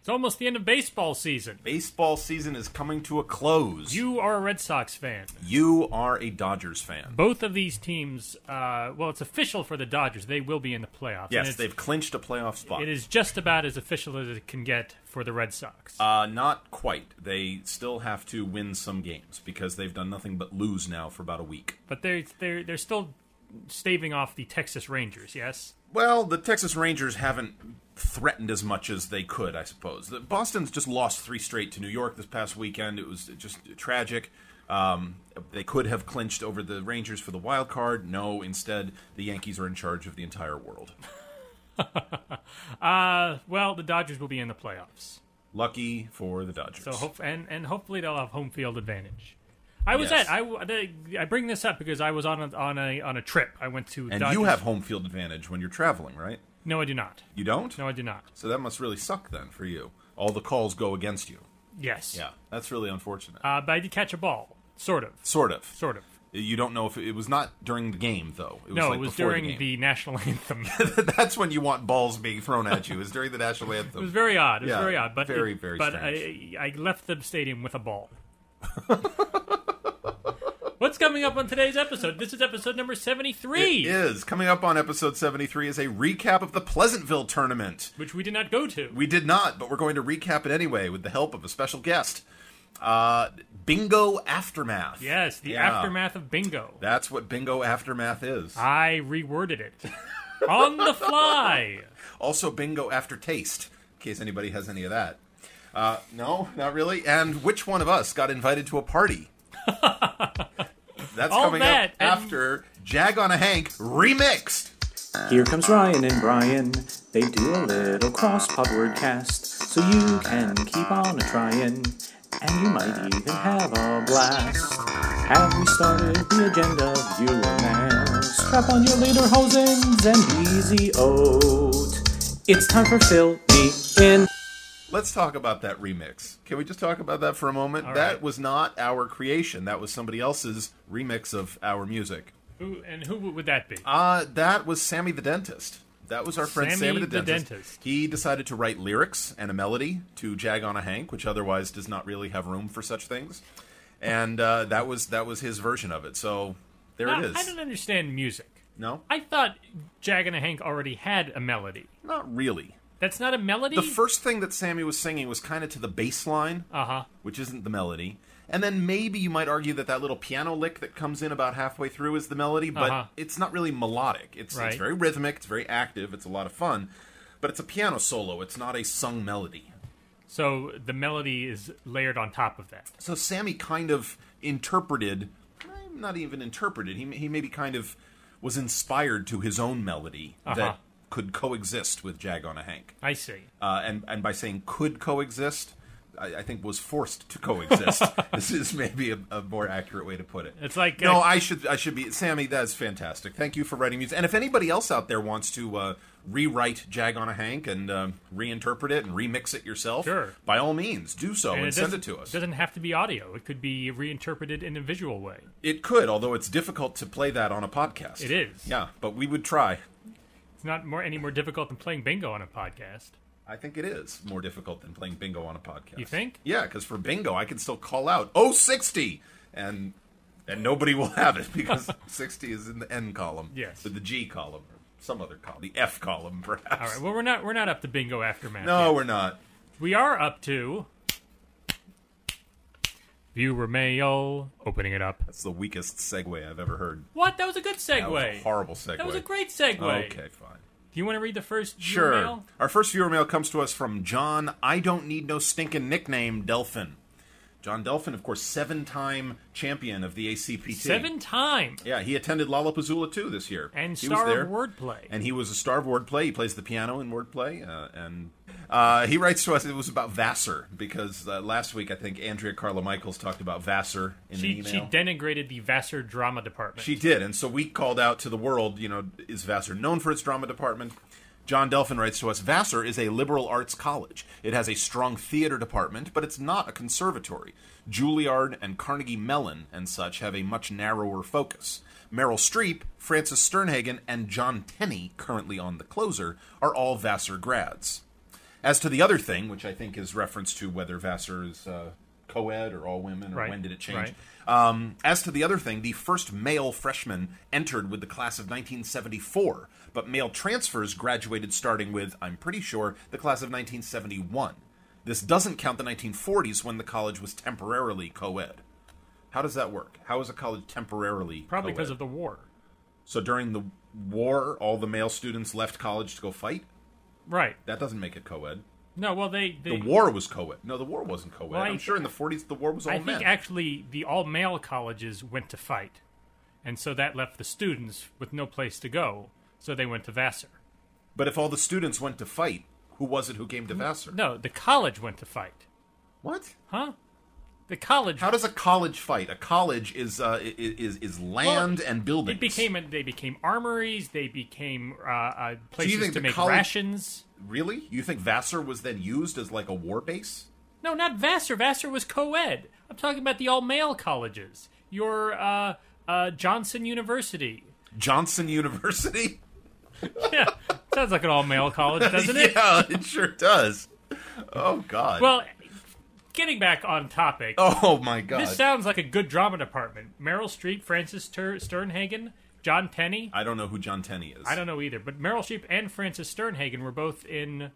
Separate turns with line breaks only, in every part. It's almost the end of baseball season.
Baseball season is coming to a close.
You are a Red Sox fan.
You are a Dodgers fan.
Both of these teams, uh, well, it's official for the Dodgers. They will be in the playoffs. and
Yes,
it's-
they've clinched a playoff spot.
It is just about as official as it can get for the Red Sox.
Uh, not quite. They still have to win some games because they've done nothing but lose now for about a week.
but they're they're they're still staving off the Texas Rangers. Yes,
Well, the Texas Rangers haven't threatened as much as they could, I suppose. The Boston's just lost three straight to New York this past weekend. It was just tragic. Um, they could have clinched over the Rangers for the wild card. No, instead, the Yankees are in charge of the entire world.
uh, well, the Dodgers will be in the playoffs.
Lucky for the Dodgers.
So hope and and hopefully they'll have home field advantage. I was
Yes.
at I w- the- I bring this up because I was on a, on a on a trip. I went to
and
Dodgers.
you have home field advantage when you're traveling, right?
no, I do not.
You don't?
No, I do not.
So that must really suck then for you. All the calls go against you.
Yes.
Yeah, that's really unfortunate.
Uh, but I did catch a ball, sort of,
sort of.
sort of.
You don't know if it, it was not during the game though. It was
No,
like
it was
before
during the,
the, game.
national anthem.
That's when you want balls being thrown at you. Is during the national anthem.
It was very odd. It was
Yeah,
very odd. But
very,
it-
very
But
strange.
I, I left the stadium with a ball. What's coming up on today's episode? This is episode number seventy-three,
It is coming up on episode 73 is a recap of the Pleasantville tournament.
which we did not go to.
We did not, but we're going to recap it anyway with the help of a special guest. Uh, bingo aftermath.
yes, the
Yeah.
aftermath of bingo.
That's what bingo aftermath is.
I reworded it on the fly.
Also, bingo after taste, in case anybody has any of that. Uh, no, not really. And which one of us got invited to a party? That's
All
coming
that
up
and-
after Jag on a Hank remixed.
Here comes Ryan and Brian. They do a little cross pod word cast, so you can keep on a trying, and you might even have a blast. Have we started the agenda? You are now. Strap on your leader hosens and easy oat. It's time for fill me in.
Let's talk about that remix. Can we just talk about that for a moment? that
right.
was not our creation. That was somebody else's remix of our music.
Who and who would that be?
Uh, that was Sammy the Dentist. That was our friend
Sammy
Sammy, the,
the
Dentist.
Dentist.
He decided to write lyrics and a melody to Jag on a Hank, which otherwise does not really have room for such things. And uh, that was that was his version of it. So there
I,
it is.
I don't understand music.
no,
I thought Jag and Hank already had a melody.
not really.
That's not a melody.
The first thing that Sammy was singing was kind of to the bass line,
uh huh.
which isn't the melody. And then maybe you might argue that that little piano lick that comes in about halfway through is the melody, but
Uh-huh.
it's not really melodic. It's,
Right.
it's very rhythmic, it's very active, it's a lot of fun, but it's a piano solo. It's not a sung melody.
So the melody is layered on top of that.
So Sammy kind of interpreted, eh, not even interpreted, he, he maybe kind of was inspired to his own melody
Uh-huh.
that could coexist with Jag on a Hank.
I see.
uh, and and by saying could coexist, I, I think was forced to coexist. this is maybe a, a more accurate way to put it.
It's like,
no,
uh,
I should I should be Sammy. That's fantastic. Thank you for writing music. And if anybody else out there wants to uh, rewrite Jag on a Hank and um, reinterpret it and remix it yourself,
Sure.
by all means do so and, send it
doesn't-
to us.
Doesn't have to be audio. It could be reinterpreted in a visual way.
It could, although it's difficult to play that on a podcast.
It is.
Yeah, but we would try.
It's not more any more difficult than playing bingo on a podcast.
I think it is more difficult than playing bingo on a podcast.
You think?
Yeah, because for bingo, I can still call out 060 and and nobody will have it because 60 is in the N column.
Yes.
Or the G column or some other column. The F column, perhaps.
All right. Well, we're not we're not up to bingo aftermath.
no,
yet.
we're not.
we are up to viewer mail. Opening it up.
That's the weakest segue I've ever heard.
What? That was a good segue.
That was a horrible segue.
That was a great segue.
Okay, fine.
Do you want to read the first viewer
Sure.
mail?
Our first viewer mail comes to us from John. I don't need no stinking nickname, Delphin. John Delphin, of course, seven-time champion of the ACPT.
Seven times.
Yeah, he attended Lollapuzzoola too this year.
And
he was
star
there.
of wordplay.
And he was a star of wordplay. He plays the piano in wordplay, uh, and uh, he writes to us. It was about Vassar because uh, last week I think Andrea Carla Michaels talked about Vassar in the
she,
email.
she denigrated the Vassar drama department.
She did, and so we called out to the world. You know, is Vassar known for its drama department? John Delphin writes to us: Vassar is a liberal arts college. It has a strong theater department, but it's not a conservatory. Juilliard and Carnegie Mellon and such have a much narrower focus. Meryl Streep, Francis Sternhagen, and John Tenney, currently on the closer, are all Vassar grads. As to the other thing, which I think is reference to whether Vassar is uh, co-ed or all women or
Right,
when did it change. Um, as to the other thing, the first male freshman entered with the class of 1974, but male transfers graduated starting with, I'm pretty sure, the class of 1971. This doesn't count the 1940s when the college was temporarily co-ed. How does that work? How is a college temporarily
Probably because
co-ed?
of the war.
so during the war, all the male students left college to go fight.
Right.
That doesn't make it co-ed.
No, well, they. they
The war was co-ed. No, the war wasn't co-ed.
Well, I-
I'm sure in the 40s the war was all
I
men.
think actually the all male colleges went to fight. And so that left the students with no place to go. So they went to Vassar.
But if all the students went to fight, who was it who came to Vassar?
No, the college went to fight.
What?
Huh? The college.
How does a college fight? A college is uh, i- i- is is land and buildings.
It became they became armories. They became uh, uh,
you
places
think
to
the
make
college-
rations.
really. You think Vassar was then used as like a war base?
No, not Vassar. Vassar was co-ed. I'm talking about the all-male colleges. Your uh, uh, Johnson University.
Johnson University.
Yeah, sounds like an all-male college, doesn't it?
yeah, it sure does. Oh God.
Well, getting back on topic,
oh my God.
this sounds like a good drama department. Meryl Streep, Francis Ter- Sternhagen, John Tenney.
I don't know who John Tenney is.
I don't know either, but Meryl Streep and Francis Sternhagen were both in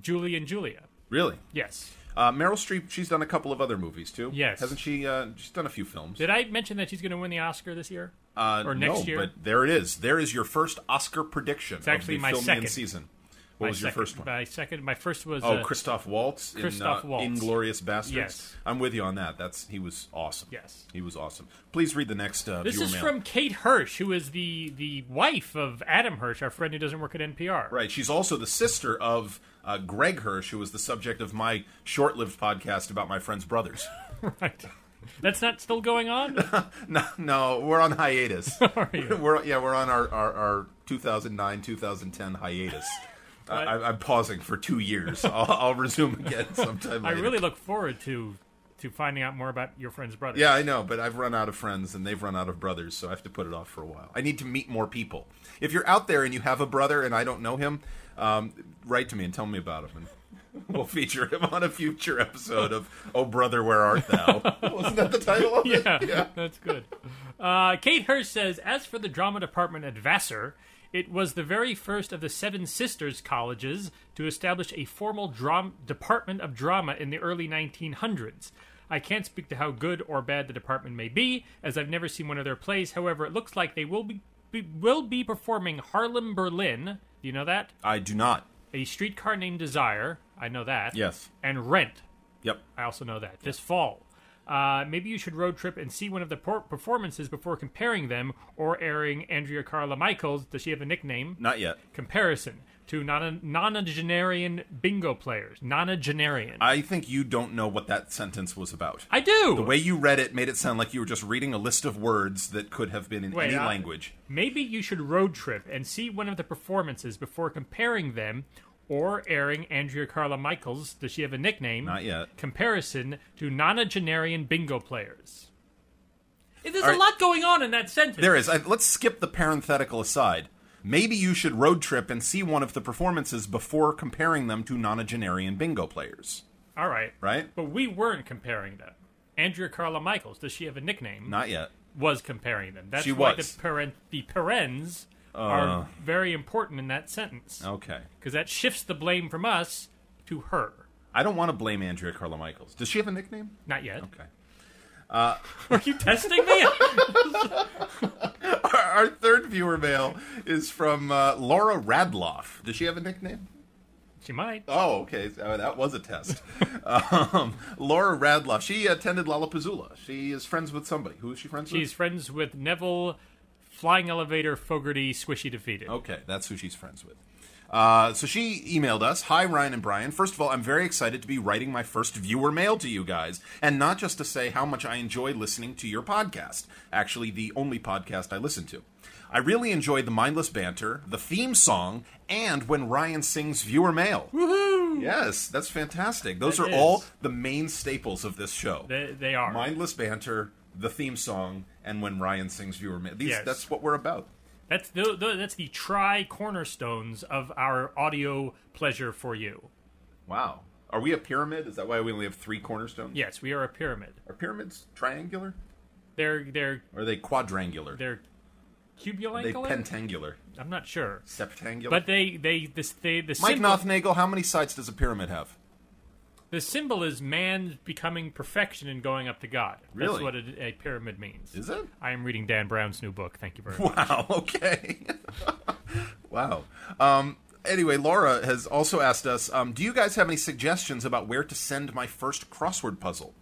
Julie and Julia.
really.
Yes.
Uh, Meryl Streep. She's done a couple of other movies too.
Yes.
Hasn't she? Uh, she's done a few films.
Did I mention that she's going to win the Oscar this year?
Uh,
Or next
no,
year?
But there it is. There is your first Oscar prediction. It's
actually
of the
my
film
second.
in season. What
My
was your
second-
first one?
My second. My first was.
Oh,
uh,
Christoph Waltz
Christoph
in uh,
Waltz.
Inglorious Bastards.
Yes.
I'm with you on that. That's he was awesome.
Yes.
he was awesome. Please read the next. Uh,
This
viewer
is
mail.
from Kate Hirsch, who is the the wife of Adam Hirsch, our friend who doesn't work at NPR.
right. She's also the sister of uh, Greg Hirsch, who was the subject of my short-lived podcast about my friend's brothers.
Right. That's not still going on.
no, no, we're on hiatus.
you?
we're yeah, we're on our our, our 2009 2010 hiatus. I, I- I'm pausing for two years. I'll, I'll resume again sometime.
I
Later.
really look forward to to finding out more about your friend's brother.
Yeah, I know, but I've run out of friends and they've run out of brothers, so I have to put it off for a while. I need to meet more people. If you're out there and you have a brother and I don't know him, um, write to me and tell me about him, and we'll feature him on a future episode of "Oh Brother, Where Art Thou." Wasn't that the title of it?
Yeah, that's good. Uh, Kate Hirsch says, as for the drama department at Vassar, it was the very first of the Seven Sisters colleges to establish a formal dram- department of drama in the early 1900s. I can't speak to how good or bad the department may be, as I've never seen one of their plays. However, it looks like they will be, be will be performing Harlem Berlin. Do you know that?
I do not.
A streetcar named Desire. I know that.
Yes.
And Rent.
Yep.
I also know that. This fall. Uh, maybe you should road trip and see one of the por- performances before comparing them or airing Andrea Carla Michaels. Does she have a nickname?
Not yet.
Comparison to non- nonagenarian bingo players. Nonagenarian. I,
I think you don't know what that sentence was about.
do.
the way you read it made it sound like you were just reading a list of words that could have been in
Wait,
any
I-
language.
maybe you should road trip and see one of the performances before comparing them or airing Andrea Carla Michaels. Does she have a nickname?
Not yet.
Comparison to nonagenarian bingo players. There's
All
a
right.
lot going on in that sentence.
There is. I, let's skip the parenthetical aside. Maybe you should road trip and see one of the performances before comparing them to nonagenarian bingo players.
All right.
Right?
But we weren't comparing them. Andrea Carla Michaels, does she have a nickname?
Not yet.
Was comparing them. That's
She
why
was. Uh.
the paren- the parens are very important in that sentence because
Okay.
that shifts the blame from us to her.
I don't want to blame Andrea Carla Michaels. Does she have a nickname?
Not yet. Uh,
Okay.
Are you testing me?
Our, our third viewer mail is from uh, Laura Radloff. Does she have a nickname?
she might.
Oh, okay. So that was a test. um, Laura Radloff. She attended Lollapuzzoola. She is friends with somebody. Who is she friends with?
She's friends with Neville, Flying Elevator, Fogarty, Squishy Defeated.
Okay, that's who she's friends with. Uh, so she emailed us Hi, Ryan and Brian. First of all, I'm very excited to be writing my first viewer mail to you guys, and not just to say how much I enjoy listening to your podcast, actually, the only podcast I listen to. I really enjoy the mindless banter, the theme song, and when Ryan sings viewer mail. Woohoo! Yes, that's fantastic. Those
That
are
is.
all the main staples of this show
They, they are.
mindless banter, the theme song, and when Ryan sings viewer mail. These,
Yes.
That's what we're about.
That's the, the, that's the tri cornerstones of our audio pleasure for you.
Wow. Are we a pyramid? Is that why we only have three cornerstones?
Yes, we are a pyramid.
Are pyramids triangular?
They're they're
Or are they quadrangular?
they're
Are they
cubulangular.
pentangular?
I'm not sure,
Septangular?
but they they this they the
Mike
symbol,
Nothnagel, how many sides does a pyramid have?
the symbol is man becoming perfection and going up to God.
Really?
That's what a, a pyramid means.
Is it?
I am reading Dan Brown's new book. Thank you very much.
Wow. Okay. wow. Um, anyway, Laura has also asked us um, Do you guys have any suggestions about where to send my first crossword puzzle?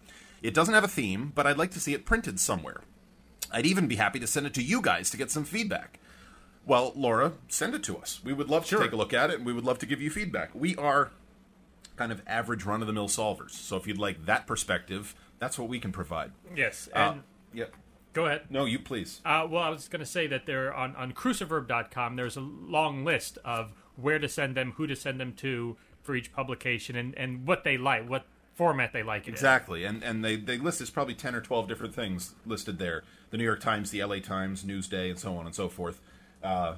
It doesn't have a theme, but I'd like to see it printed somewhere. I'd even be happy to send it to you guys to get some feedback. Well, Laura, send it to us. We would love to take a look at it, and we would love to give you feedback. We are kind of average run of the mill solvers, so if you'd like that perspective, that's what we can provide.
Yes,
Uh,
and
yeah.
go ahead.
No, you please.
Uh, well, I was going to say that there on on cruciverb.com there's a long list of where to send them, who to send them to for each publication, and and what they like, what format they like. It in.
Exactly, and and they they list is probably ten or twelve different things listed there: the New York Times, the L.A. Times, Newsday, and so on and so forth. Uh,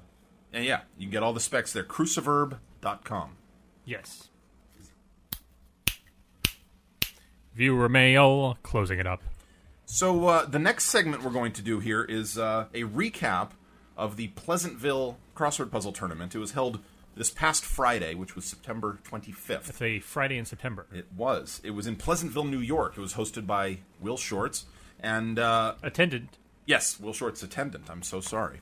and yeah, you can get all the specs there. Cruciverb.com.
Yes. Viewer mail, closing it up.
So uh, the next segment we're going to do here is uh, a recap of the Pleasantville crossword puzzle tournament. It was held this past Friday, which was September twenty fifth.
It's a Friday in September.
It was. It was in Pleasantville, New York. It was hosted by Will Shorts, and uh,
Attendant.
Yes, Will Short's attendant. I'm so sorry.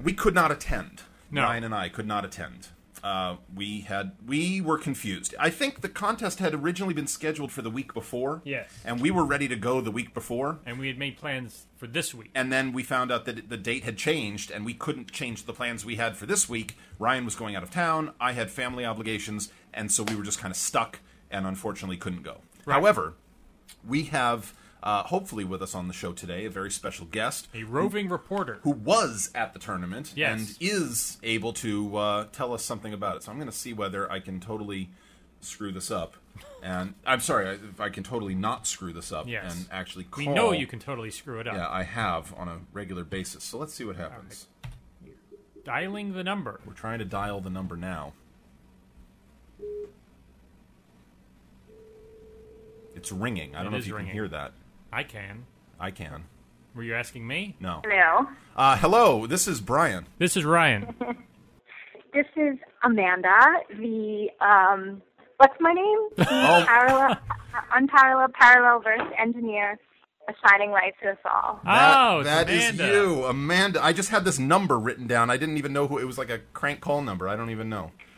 We could not attend.
No.
Ryan and I could not attend. Uh, we had we were confused. I think the contest had originally been scheduled for the week before.
Yes.
And we were ready to go the week before,
And we had made plans for this week.
and then we found out that the date had changed, and we couldn't change the plans we had for this week. Ryan was going out of town. I had family obligations, and so we were just kind of stuck, and unfortunately couldn't go. However, we have uh, hopefully with us on the show today a very special guest
A roving reporter.
who was at the tournament
Yes.
and is able to uh, tell us something about it. So I'm going to see whether I can totally screw this up. And I'm sorry I- if I can totally not screw this up
Yes.
and actually
we
call.
know you can totally screw it up.
Yeah, I have on a regular basis. So let's see what happens.
Dialing the number.
We're trying to dial the number now. It's ringing. I don't know
is
if you
ringing.
can hear that.
I can.
I can.
Were you asking me?
No.
Hello.
Uh, hello, this is Brian.
This is Ryan.
This is Amanda, the, um, what's my name? The parallel, unparalleled parallel verse engineer, a shining light to us all.
That-
oh, it's
that is
Amanda.
you, Amanda. I just had this number written down. I didn't even know who it was. Like a crank call number. I don't even know.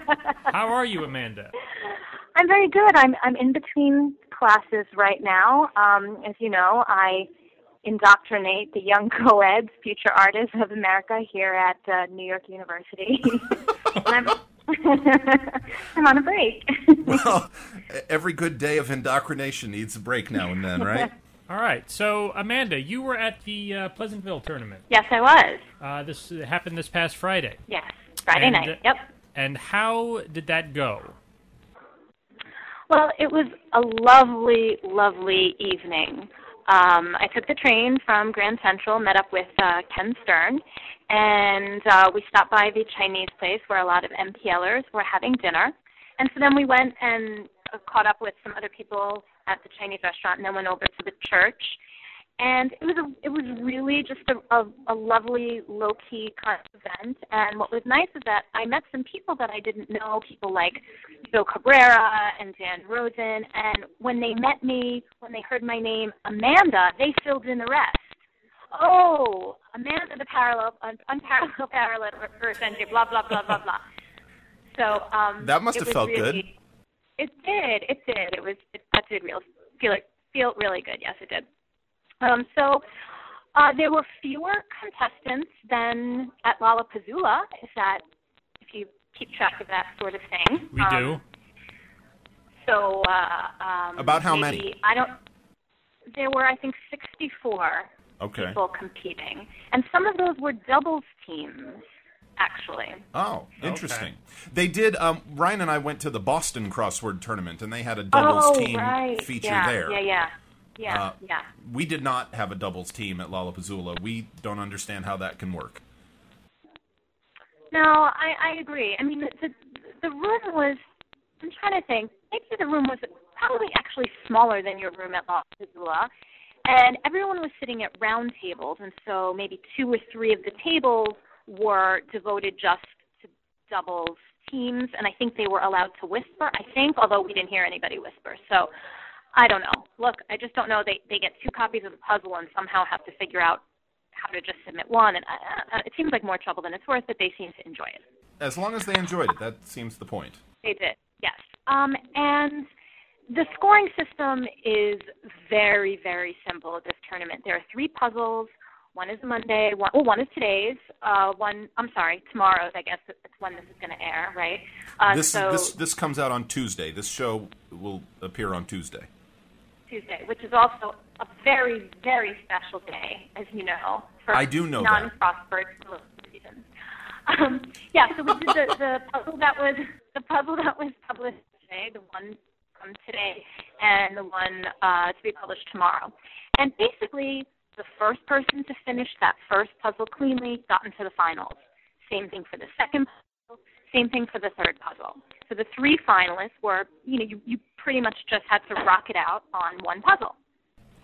How are you, Amanda?
I'm very good. I'm, I'm in between classes right now. Um, as you know, I indoctrinate the young co-eds, future artists of America here at uh, New York University. and I'm, I'm on a break.
Well, every good day of indoctrination needs a break now and then, right?
All right. So, Amanda, you were at the uh, Pleasantville tournament.
yes, I was.
Uh, this happened this past Friday.
Yes, Friday
And, uh,
night. Yep.
And how did that go?
Well, it was a lovely, lovely evening. Um, I took the train from Grand Central, met up with uh, Ken Stern, and uh, we stopped by the Chinese place where a lot of MPLers were having dinner. And so then we went and uh, caught up with some other people at the Chinese restaurant, and then went over to the church. And it was a, it was really just a, a, a lovely low key kind of event. And what was nice is that I met some people that I didn't know, people like Bill Cabrera and Dan Rosen. And when they met me, when they heard my name, Amanda, they filled in the rest. Oh, Amanda, the parallel, un, unparalleled, parallel, reverse engineer, blah blah blah blah blah. So um,
That must
it
have
was
felt good.
really, good. It did. It did. It was. It, that did real feel like feel really good. Yes, it did. Um, so uh, there were fewer contestants than at Lollapuzzoola. Is that if you keep track of that sort of thing?
We
Um,
do.
So uh, um,
About how
maybe-
many?
I don't. There were, I think, 64
Okay.
people competing, and some of those were doubles teams, actually.
Oh, interesting. They did. Um, Ryan and I went to the Boston crossword tournament, and they had a doubles
oh,
team
right.
feature
yeah,
there.
Yeah, yeah, yeah,
Uh,
yeah.
We did not have a doubles team at Lollapuzzoola. We don't understand how that can work.
No, I, I agree. I mean, the, the the room was I'm trying to think. Maybe the room was probably actually smaller than your room at La Pazula. And everyone was sitting at round tables, and so maybe two or three of the tables were devoted just to doubles teams, and I think they were allowed to whisper, I think, although we didn't hear anybody whisper. So I don't know. Look, I just don't know. They, they get two copies of the puzzle and somehow have to figure out how to just submit one, and I, I, it seems like more trouble than it's worth, but they seem to enjoy it.
As long as they enjoyed it, that seems the point.
They did, yes. Um, and the scoring system is very, very simple at this tournament. There are three puzzles. One is Monday. One, well, one is today's. Uh, one, I'm sorry, tomorrow's. I guess it's when this is going to air, right? Uh,
this
so
this this comes out on Tuesday. This show will appear on Tuesday.
Tuesday, which is also a very, very special day, as you know, for
I do know that.
non-prosperous reasons. Um, yeah, so we did the, the puzzle that was the puzzle that was published today, the one from today, and the one uh, to be published tomorrow. And basically, the first person to finish that first puzzle cleanly got into the finals. Same thing for the second puzzle. Same thing for the third puzzle. So the three finalists were, you know, you, you pretty much just had to rock it out on one puzzle.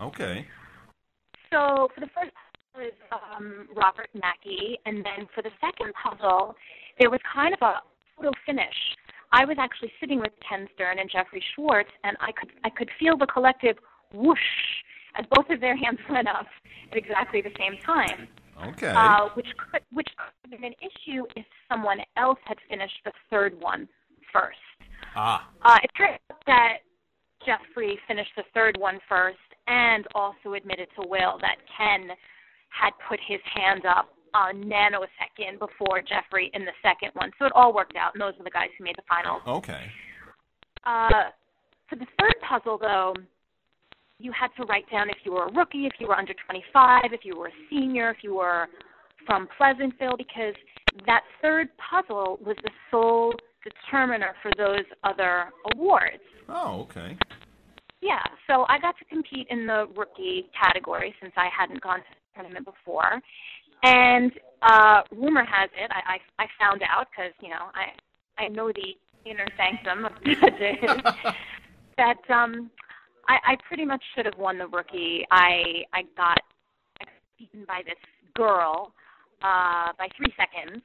Okay.
So for the first puzzle was um, Robert Mackey, and then for the second puzzle, there was kind of a photo finish. I was actually sitting with Ken Stern and Jeffrey Schwartz, and I could I could feel the collective whoosh as both of their hands went up at exactly the same time,
Okay.
uh, which could which could have been an issue if someone else had finished the third one first.
ah.
Uh, it turns out that Jeffrey finished the third one first and also admitted to Will that Ken had put his hand up a nanosecond before Jeffrey in the second one. So it all worked out, and those are the guys who made the final.
Okay.
Uh, for the third puzzle, though, you had to write down if you were a rookie, if you were under 25, if you were a senior, if you were from Pleasantville, because that third puzzle was the sole determiner for those other awards.
Oh, okay.
Yeah, so I got to compete in the rookie category since I hadn't gone to the tournament before. And uh, rumor has it, I, I, I found out because, you know, I, I know the inner sanctum of judges, that um, I, I pretty much should have won the rookie. I, I got beaten by this girl uh, by three seconds.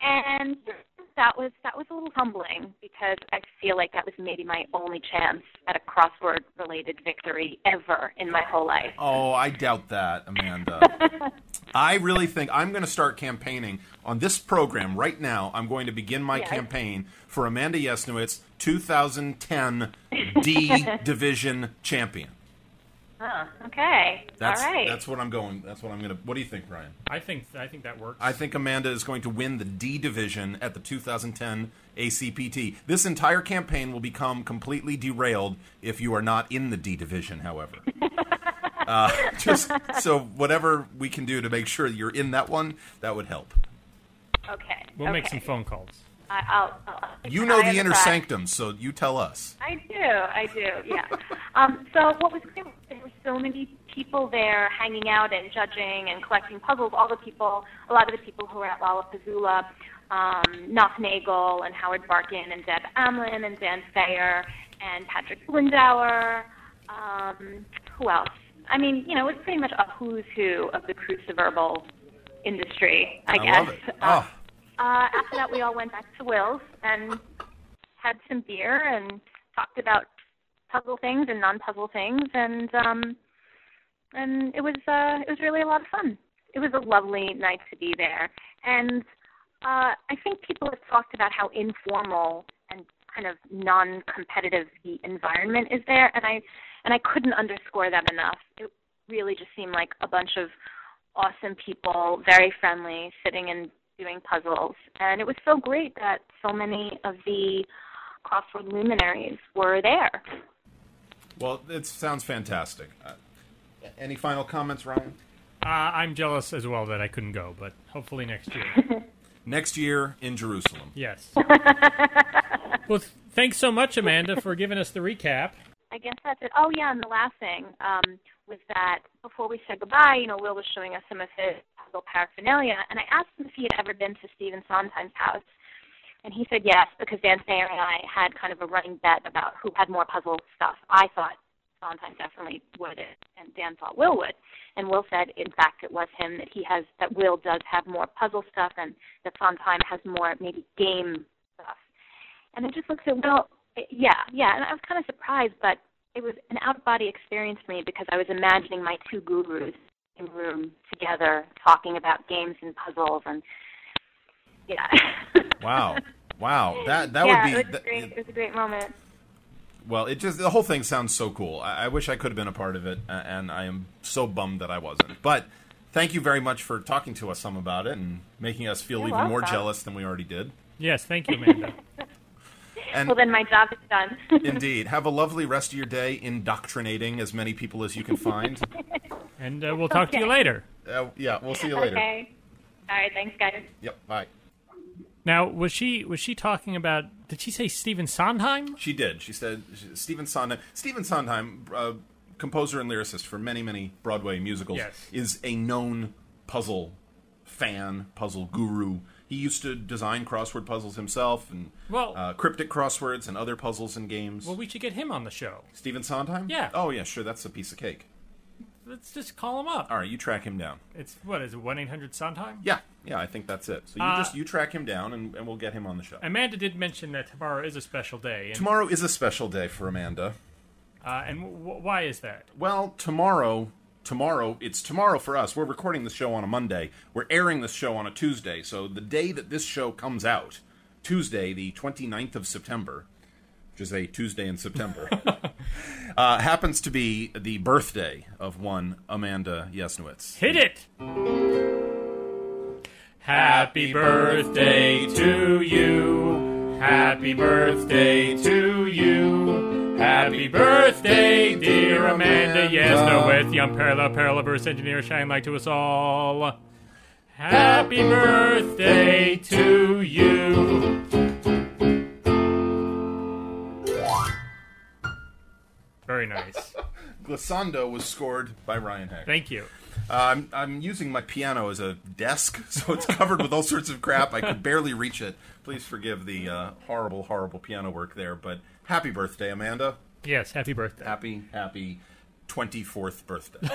And that was that was a little humbling because I feel like that was maybe my only chance at a crossword related victory ever in my whole life.
Oh, I doubt that, Amanda. I really think I'm going to start campaigning on this program right now. I'm going to begin my
Yes.
campaign for Amanda Yesnowitz 2010 D Division Champion.
Huh, okay.
That's
All right.
that's what I'm going. That's what I'm going to. What do you think, Brian?
I think I think that works.
I think Amanda is going to win the D division at the 2010 ACPT. This entire campaign will become completely derailed if you are not in the D division, however. uh, just so whatever we can do to make sure that you're in that one, that would help.
okay.
we'll make
okay.
some phone calls.
I, I'll, I'll,
You know
I
the inner
decide.
sanctum, so you tell us.
I do, I do, yeah. um, so what was great was there were so many people there hanging out and judging and collecting puzzles. All the people, a lot of the people who were at Lollapuzzoola, um, Knopf Nagel and Howard Barkin and Deb Amlin and Dan Sayer and Patrick Blindauer. Um, who else? I mean, you know, it was pretty much a who's who of the cruciverbal industry, I,
I
guess.
love it.
Uh,
Ah.
uh, after that, we all went back to Will's and had some beer and talked about puzzle things and non-puzzle things, and um, and it was uh, it was really a lot of fun. It was a lovely night to be there, and uh, I think people have talked about how informal and kind of non-competitive the environment is there, and I and I couldn't underscore that enough. It really just seemed like a bunch of awesome people, very friendly, sitting and doing puzzles. And it was so great that so many of the crossword luminaries were there.
Well, it sounds fantastic. Uh, any final comments, Ryan?
Uh, I'm jealous as well that I couldn't go, but hopefully next year.
Next year in Jerusalem.
Yes. well, th- thanks so much, Amanda, for giving us the recap.
I guess that's it. Oh yeah, and the last thing um, was that before we said goodbye, you know, Will was showing us some of his puzzle paraphernalia, and I asked him if he had ever been to Stephen Sondheim's house, And he said yes, because Dan Sayer and I had kind of a running bet about who had more puzzle stuff. I thought Sondheim definitely would, and Dan thought Will would. And Will said, in fact, it was him that he has that Will does have more puzzle stuff, and that Sondheim has more maybe game stuff. And I just looked at Will. Yeah, yeah, and I was kind of surprised, but it was an out of body experience for me because I was imagining my two gurus in the room together talking about games and puzzles and yeah.
Wow. Wow. That that
yeah,
would be
it was,
that-
great. It was a great moment.
well. It just the whole thing sounds so cool. I, I wish I could have been a part of it, a- and I am so bummed that I wasn't. But thank you very much for talking to us some about it and making us feel
You're
even more
welcome.
jealous than we already did.
Yes, thank you, Amanda.
And
Well, then my job is done.
indeed, have a lovely rest of your day indoctrinating as many people as you can find.
and uh, we'll talk to you
Okay.
later.
uh, yeah, we'll see you later.
okay. All right. Thanks, guys.
Yep. Bye.
Now, was she was she talking about? Did she say Stephen Sondheim?
She did. She said she- Stephen Sondheim. Stephen Sondheim, uh, composer and lyricist for many many Broadway musicals,
Yes.
is a known puzzle fan, puzzle guru. He used to design crossword puzzles himself and
Well-
uh, cryptic crosswords and other puzzles and games.
Well, we should get him on the show.
Stephen Sondheim.
Yeah.
Oh yeah, sure. That's a piece of cake.
Let's just call him up.
All right, you track him down.
It's what is it? One eight hundred Sondheim.
Yeah, yeah. I think that's it. So you
Uh,
just you track him down and, and we'll get him on the show.
Amanda did mention that tomorrow is a special day, and,
Tomorrow is a special day for Amanda.
uh, and w- w- why is that?
Well, tomorrow, tomorrow, it's tomorrow for us. We're recording the show on a Monday. We're airing this show on a Tuesday. So the day that this show comes out, Tuesday, the 29th of September, which is a Tuesday in September, uh, happens to be the birthday of one Amanda Yesnowitz.
Hit it! Happy birthday to you. Happy birthday to you. Happy birthday, dear Amanda. Yes, no, with young parallel, parallel verse engineer, shine light to us all. Happy birthday to you. Very nice.
Glissando was scored by Ryan Heck.
Thank you.
I'm, I'm using my piano as a desk, so it's covered with all sorts of crap. I could barely reach it. Please forgive the uh, horrible, horrible piano work there. But happy birthday, Amanda.
Yes, happy birthday.
Happy, happy 24th birthday.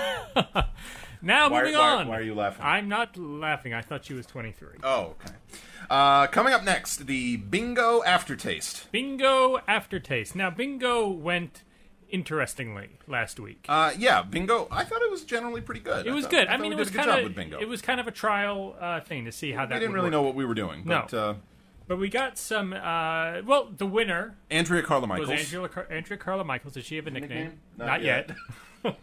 Now
Why,
moving
why,
on.
why are you laughing?
I'm not laughing. I thought she was 23.
oh, okay. Uh, coming up next, the bingo aftertaste.
Bingo aftertaste. Now, bingo went interestingly last week.
Uh, yeah, bingo. I thought it was generally pretty good.
it was
thought-
good.
I,
I
thought
mean,
we
it
did
was
a good
kind
job with bingo.
of it was kind of a trial uh, thing to see how that.
we didn't
would
really
work.
know what we were doing,
No.
but uh,
But we got some. Uh, well, the winner
Andrea Carla
was
Michaels.
Angela Car- Andrea Carla Michaels. Does she have a nickname?
Not
yet.
yet.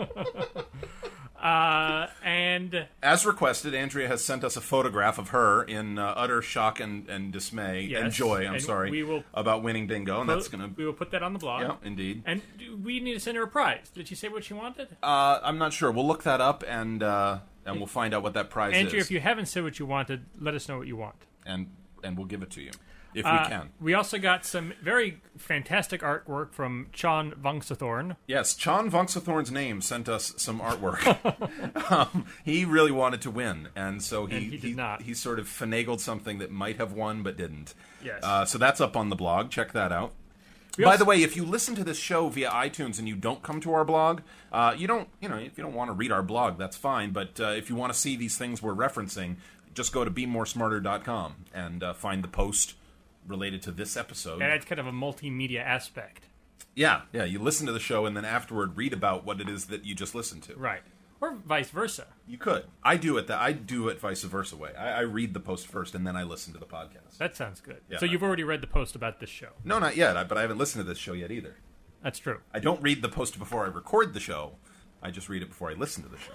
uh, and
As requested, Andrea has sent us a photograph of her in uh, utter shock and, and dismay and
Yes,
joy. I'm
and
sorry
we will-
about winning bingo, and that's gonna.
we will put that on the blog.
Yeah, indeed.
And we need to send her a prize. Did she say what she wanted?
Uh, I'm not sure. We'll look that up and uh, and we'll find out what that prize
Andrea,
is,
if you haven't said what you wanted, let us know what you want.
and and we'll give it to you if
Uh,
we can.
We also got some very fantastic artwork from Sean Vungsathorn.
Yes, Chan Vonsathorn's name sent us some artwork. um, he really wanted to win, and so he
And he did not.
he sort of finagled something that might have won but didn't.
Yes.
Uh, so that's up on the blog. Check that out. By the way, if you listen to this show via iTunes and you don't come to our blog, uh, you don't, you know, if you don't want to read our blog, that's fine. But uh, if you want to see these things we're referencing, just go to bemoresmarter.com and uh, find the post related to this episode.
And that's kind of a multimedia aspect.
yeah, yeah. You listen to the show and then afterward read about what it is that you just listened to.
Right. Or vice versa.
You could. I do it that I do it vice versa way. I, I read the post first and then I listen to the podcast.
That sounds good.
Yeah.
So you've already read the post about this show.
No, not yet. I, but I haven't listened to this show yet either.
That's true.
I don't read the post before I record the show. I just read it before I listen to the show.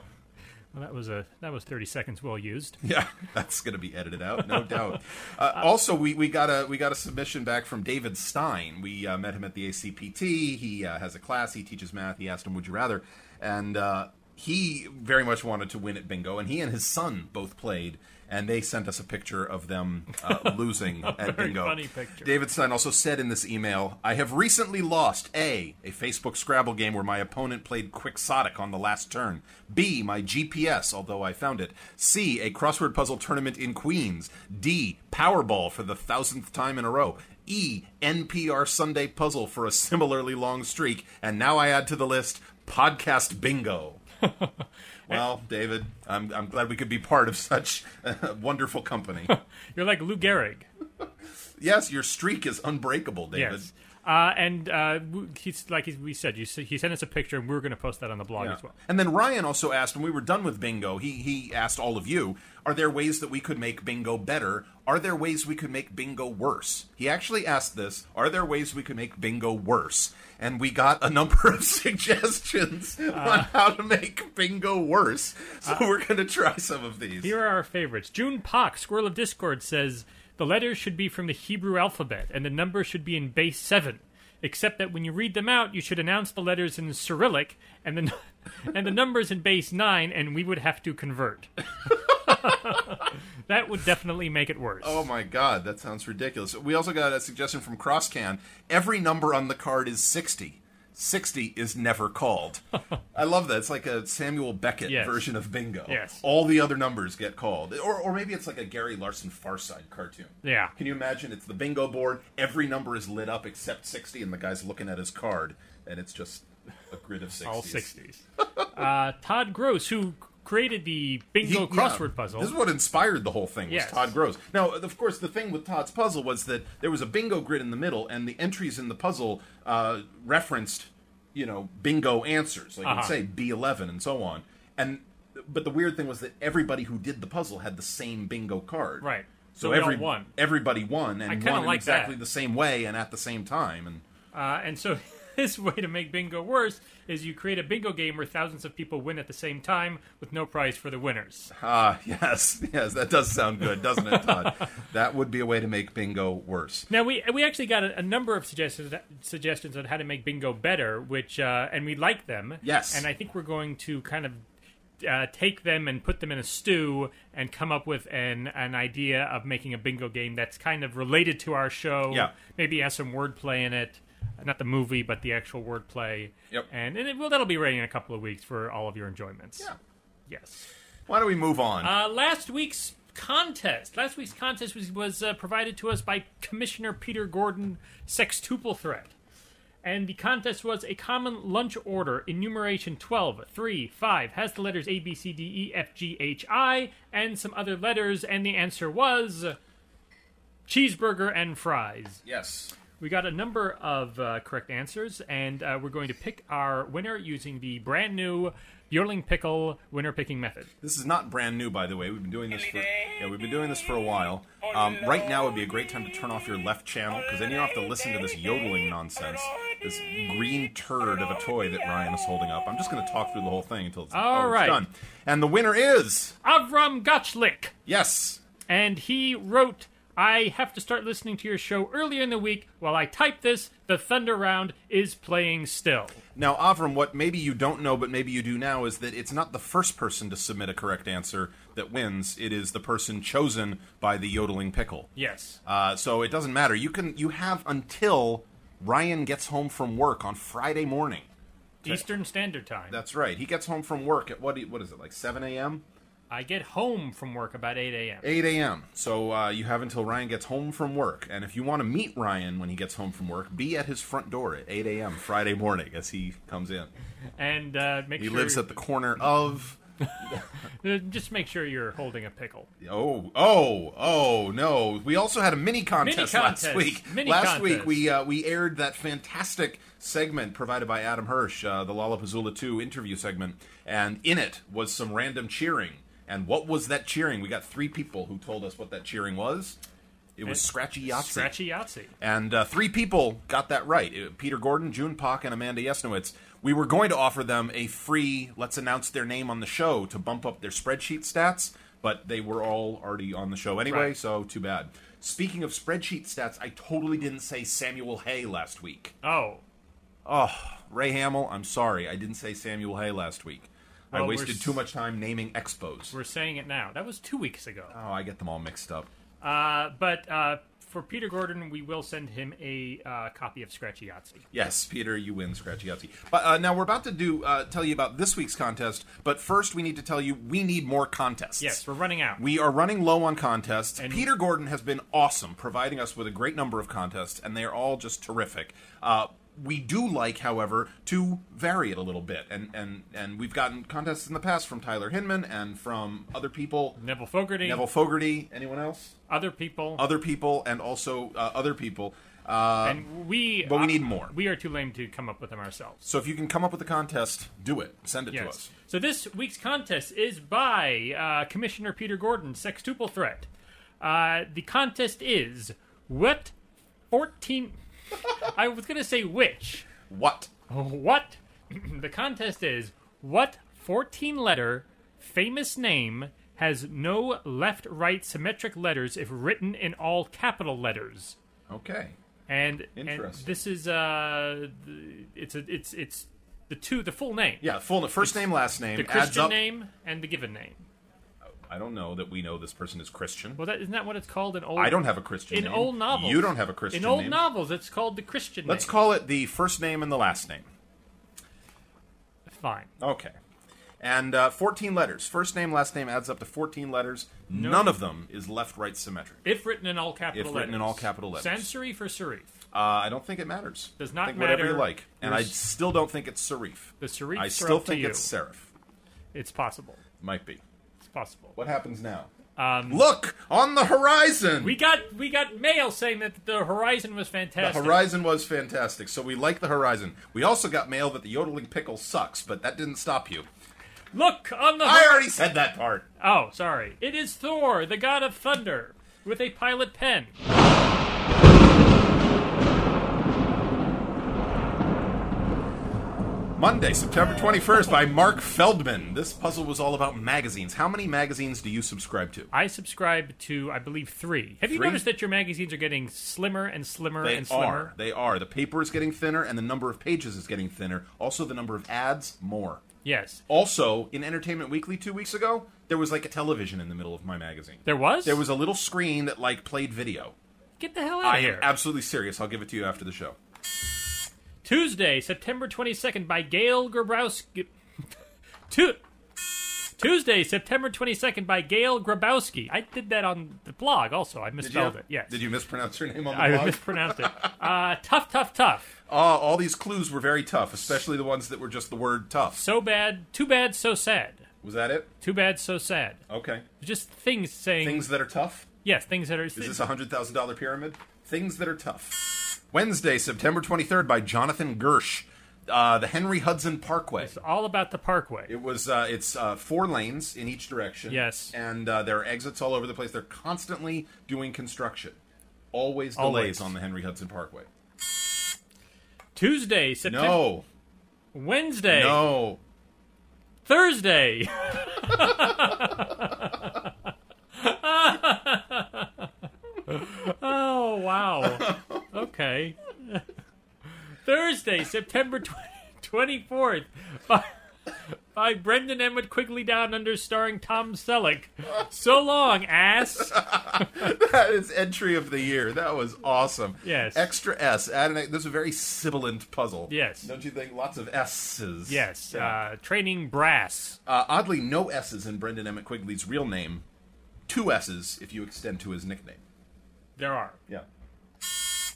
Well, that was a that was 30 seconds well used.
Yeah, that's going to be edited out, no doubt. Uh, also, we, we got a we got a submission back from David Stein. We uh, met him at the ACPT. He uh, has a class. He teaches math. He asked him, "Would you rather?" And uh, he very much wanted to win at bingo, and he and his son both played, and they sent us a picture of them uh, losing at
very
bingo.
funny picture.
David Stein also said in this email, "I have recently lost a a Facebook Scrabble game where my opponent played Quixotic on the last turn. B my GPS, although I found it. C a crossword puzzle tournament in Queens. D Powerball for the thousandth time in a row." E NPR Sunday puzzle for a similarly long streak, and now I add to the list podcast bingo. Well, David, I'm, I'm glad we could be part of such uh, wonderful company.
You're like Lou Gehrig.
yes, your streak is unbreakable, David.
Yes. Uh, and uh, w- he's like he- we said, you, s- he sent us a picture, and we are going to post that on the blog as well.
And then Ryan also asked when we were done with bingo, he he asked all of you, are there ways that we could make bingo better? Are there ways we could make bingo worse? He actually asked this, are there ways we could make bingo worse? And we got a number of suggestions on how to make bingo worse. So we're going to try some of these.
Here are our favorites. June Pock, Squirrel of Discord, says the letters should be from the Hebrew alphabet, and the number should be in base seven. Except that when you read them out, you should announce the letters in Cyrillic and the n- and the numbers in base nine, and we would have to convert. that would definitely make it worse.
Oh my god, that sounds ridiculous. We also got a suggestion from Crosscan. Every number on the card is 60. 60 is never called. I love that. It's like a Samuel Beckett
Yes.
version of bingo.
Yes.
All the other numbers get called. Or, or maybe it's like a Gary Larson Farside cartoon.
Yeah.
Can you imagine? It's the bingo board. Every number is lit up except 60, and the guy's looking at his card, and it's just a grid of 60s.
all 60s. uh, Todd Gross, who created the bingo
He- yeah.
crossword puzzle.
This is what inspired the whole thing. Was
Yes.
Todd Gross. Now, of course, the thing with Todd's puzzle was that there was a bingo grid in the middle, and the entries in the puzzle uh, referenced, you know, bingo answers. Like
Uh-huh.
you'd say B eleven and so on. And but the weird thing was that everybody who did the puzzle had the same bingo card.
Right.
So,
So we all
every
won.
everybody won and
kinda
won in
like
exactly
that.
the same way and at the same time. And
Uh, and so his way to make bingo worse is you create a bingo game where thousands of people win at the same time with no prize for the winners.
ah, yes, yes, that does sound good, doesn't it, Todd? that would be a way to make bingo worse.
Now we we actually got a, a number of suggestions suggestions on how to make bingo better, which uh, and we like them.
Yes.
and I think we're going to kind of. Uh, take them and put them in a stew, and come up with an an idea of making a bingo game that's kind of related to our show.
Yeah.
maybe has some wordplay in it, not the movie, but the actual wordplay.
Yep.
And, and it, well, that'll be ready in a couple of weeks for all of your enjoyments.
Yeah.
Yes.
Why don't we move on?
Uh, last week's contest. Last week's contest was, was uh, provided to us by Commissioner Peter Gordon Sextuple Threat. And the contest was a common lunch order, enumeration 12, 3, 5, has the letters A, B, C, D, E, F, G, H, I, and some other letters, and the answer was cheeseburger and fries.
yes.
We got a number of uh, correct answers, and uh, we're going to pick our winner using the brand new Bjorling Pickle winner picking method.
This is not brand new, by the way. We've been doing this for yeah, we've been doing this for a while. Um, right now would be a great time to turn off your left channel because then you don't have to listen to this yodeling nonsense, this green turd of a toy that Ryan is holding up. I'm just going to talk through the whole thing until it's,
All
until it's
right.
done. And the winner is
Avram Gotchlik.
yes,
and he wrote, I have to start listening to your show earlier in the week. While I type this, the Thunder Round is playing still.
Now, Avram, what maybe you don't know, but maybe you do now, is that it's not the first person to submit a correct answer that wins. It is the person chosen by the yodeling pickle.
Yes.
Uh, so it doesn't matter. You can you have until Ryan gets home from work on Friday morning.
Eastern Standard Time.
That's right. He gets home from work at what? What is it like? Seven a.m.
I get home from work about 8 a.m.
Eight a.m. So uh, you have until Ryan gets home from work. And if you want to meet Ryan when he gets home from work, be at his front door at eight a.m. Friday morning as he comes in.
And uh, make
He
sure
lives at the corner of.
uh, just make sure you're holding a pickle.
Oh, oh, oh no. We also had a mini contest,
Mini contest.
last week.
Mini
last
contest.
week we uh, we aired that fantastic segment provided by Adam Hirsch, uh, the Lollapuzzoola 2 interview segment, and in it was some random cheering. And what was that cheering? We got three people who told us what that cheering was. It was Scratchy Yahtzee.
Scratchy Yahtzee.
And uh, three people got that right Uh, Peter Gordon, June Pock, and Amanda Yesnowitz. We were going to offer them a free, let's announce their name on the show to bump up their spreadsheet stats, but they were all already on the show anyway,
Right.
so too bad. Speaking of spreadsheet stats, I totally didn't say Samuel Hay last week.
Oh.
Oh, Ray Hamill, I'm sorry. I didn't say Samuel Hay last week. I
Well, we're
wasted
s-
too much time naming expos.
We're saying it now. That was two weeks ago.
Oh, I get them all mixed up.
Uh, but uh, for Peter Gordon, we will send him a uh, copy of Scratchy Yahtzee.
Yes, Peter, you win Scratchy Yahtzee. But uh, now we're about to do uh, tell you about this week's contest. But first, we need to tell you we need more contests.
Yes, we're running out.
We are running low on contests. Peter Gordon has been awesome, providing us with a great number of contests, and they are all just terrific. Uh, we do like, however, to vary it a little bit, and and and we've gotten contests in the past from Tyler Hinman and from other people,
Neville Fogarty,
Neville Fogarty, anyone else,
other people,
other people, and also uh, other people. Uh,
and we.
but we
uh,
need more.
We are too lame to come up with them ourselves.
so if you can come up with a contest, do it. Send it to
Yes.
us.
So this week's contest is by uh, Commissioner Peter Gordon, Sextuple Threat. Uh, the contest is what 14. I was going to say which.
What?
What? the contest is what 14 letter famous name has no left right symmetric letters if written in all capital letters?
Okay.
And, and
Interesting.
this is uh th- it's a, it's it's the two the full name.
Yeah, full na- first name, last name
The
adds
Christian
up.
name and the given name.
I don't know that we know this person is Christian.
Well, that isn't that what it's called in old?
I don't have a Christian
in
name.
old novels.
You don't have a Christian
in old
name.
novels. It's called the Christian.
Let's
name.
call it the first name and the last name.
fine.
Okay. And uh, 14 letters. First name, last name adds up to 14 letters. None of them is left right symmetric.
If written in all capital
If
letters.
written in all capital letters.
Sensory for serif.
Uh, I don't think it matters.
Does not
think
matter.
Whatever you like. And I
There's-
still don't think it's serif.
The serifs
I
are
still
up to
think
you.
it's serif.
It's possible.
Might be.
It's possible.
What happens now? Um, Look on the horizon.
We got we got mail saying that the horizon was
the
fantastic.
horizon was fantastic, so we like the horizon. We also got mail that the yodeling pickle sucks, but that didn't stop you.
Look on the.
I
hor-
already said that part.
oh, sorry. It is Thor, the god of thunder, with a pilot pen.
Monday, September 21st, by Mark Feldman. This puzzle was all about magazines. How many magazines do you subscribe to?
I subscribe to, I believe, three. Have you
Three?
noticed that your magazines are getting slimmer and slimmer
They
and slimmer?
are. They are. The paper is getting thinner, and the number of pages is getting thinner. Also, the number of ads, more.
Yes.
Also, in Entertainment Weekly two weeks ago, there was like a television in the middle of my magazine.
There was.
There was a little screen that like played video.
Get the hell out
I
of
am
here.
absolutely serious. I'll give it to you after the show.
Tuesday, September 22nd by Gail Grabowski. Tu- Tuesday, September 22nd by Gail Grabowski. I did that on the blog also. I misspelled it. Yes.
Did you mispronounce your name on the
I
blog?
mispronounced it. Uh, tough, tough, tough.
Oh, all these clues were very tough, especially the ones that were just the word tough.
So bad, too bad, so sad.
Was that it?
Too bad, so sad.
Okay.
Just things saying.
Things that are tough?
yes, things that are.
Is this a hundred thousand dollar pyramid? Things that are tough. Wednesday, September twenty third, by Jonathan Gersh, uh, the Henry Hudson Parkway.
it's all about the parkway.
It was uh, it's uh, four lanes in each direction.
Yes.
and uh, there are exits all over the place. They're constantly doing construction. Always delays
Always.
on the Henry Hudson Parkway.
Tuesday, September.
No,
Wednesday.
no.
Thursday. oh wow. Okay. Thursday, September twenty fourth, by, by Brendan Emmett Quigley Down Under, starring Tom Selleck. So long, ass.
That is entry of the year. That was awesome.
Yes.
Extra S. Add an, this is a very sibilant puzzle.
Yes.
Don't you think? Lots of S's.
Yes.
Yeah.
Uh, training brass.
Uh, oddly, no S's in Brendan Emmett Quigley's real name. Two S's if you extend to his nickname.
There are.
Yeah.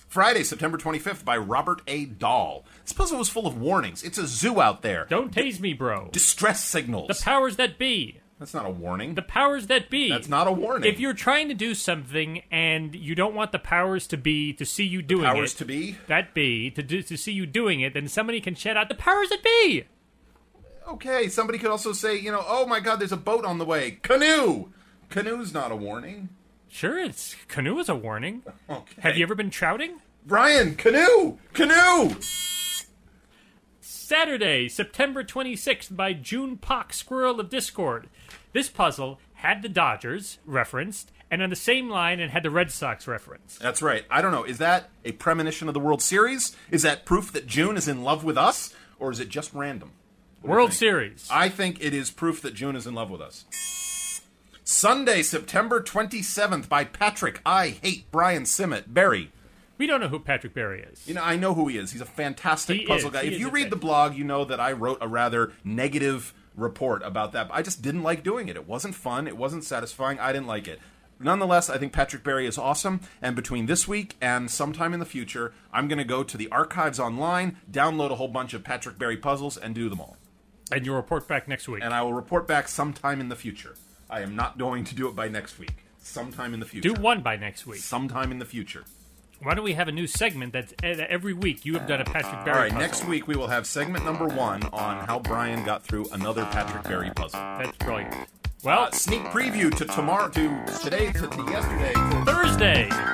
Friday, September 25th, by Robert A. Dahl. This puzzle was full of warnings. It's a zoo out there.
Don't tase me, bro.
Distress signals.
The powers that be.
That's not a warning.
The powers that be.
That's not a warning.
If you're trying to do something and you don't want the powers to be to see you doing
powers
it,
to be.
that be to do, to see you doing it, then somebody can shout out the powers that be.
Okay, somebody could also say, you know, oh my god, there's a boat on the way. Canoe! Canoe's not a warning.
Sure, it's canoe is a warning.
Okay.
Have you ever been trouting?
Brian, canoe! Canoe!
Saturday, September 26th by June Pock Squirrel of Discord. This puzzle had the Dodgers referenced, and on the same line, it had the Red Sox referenced.
That's right. I don't know. Is that a premonition of the World Series? Is that proof that June is in love with us? Or is it just random? do you
World
think?
Series.
I think it is proof that June is in love with us. Sunday, September 27th, by Patrick I Hate Brian Simmet. Barry.
we don't know who Patrick Barry is.
You know, I know who he is. He's a fantastic
He
puzzle
is.
guy.
He
if
is
you
a
read the
fan-
blog, you know that I wrote a rather negative report about that. I just didn't like doing it. It wasn't fun. It wasn't satisfying. I didn't like it. Nonetheless, I think Patrick Barry is awesome. And between this week and sometime in the future, I'm going to go to the archives online, download a whole bunch of Patrick Barry puzzles, and do them all.
and you'll report back next week.
And I will report back sometime in the future. I am not going to do it by next week. Sometime in the future.
Do one by next week.
Sometime in the future.
Why don't we have a new segment that's eh, that every week you have done a Patrick Barry
Uh, All right,
puzzle?
next week we will have segment number one on how Brian got through another Patrick Barry puzzle.
That's brilliant. Well,
Sneak preview to tomorrow, to today, to, to yesterday, to
Thursday.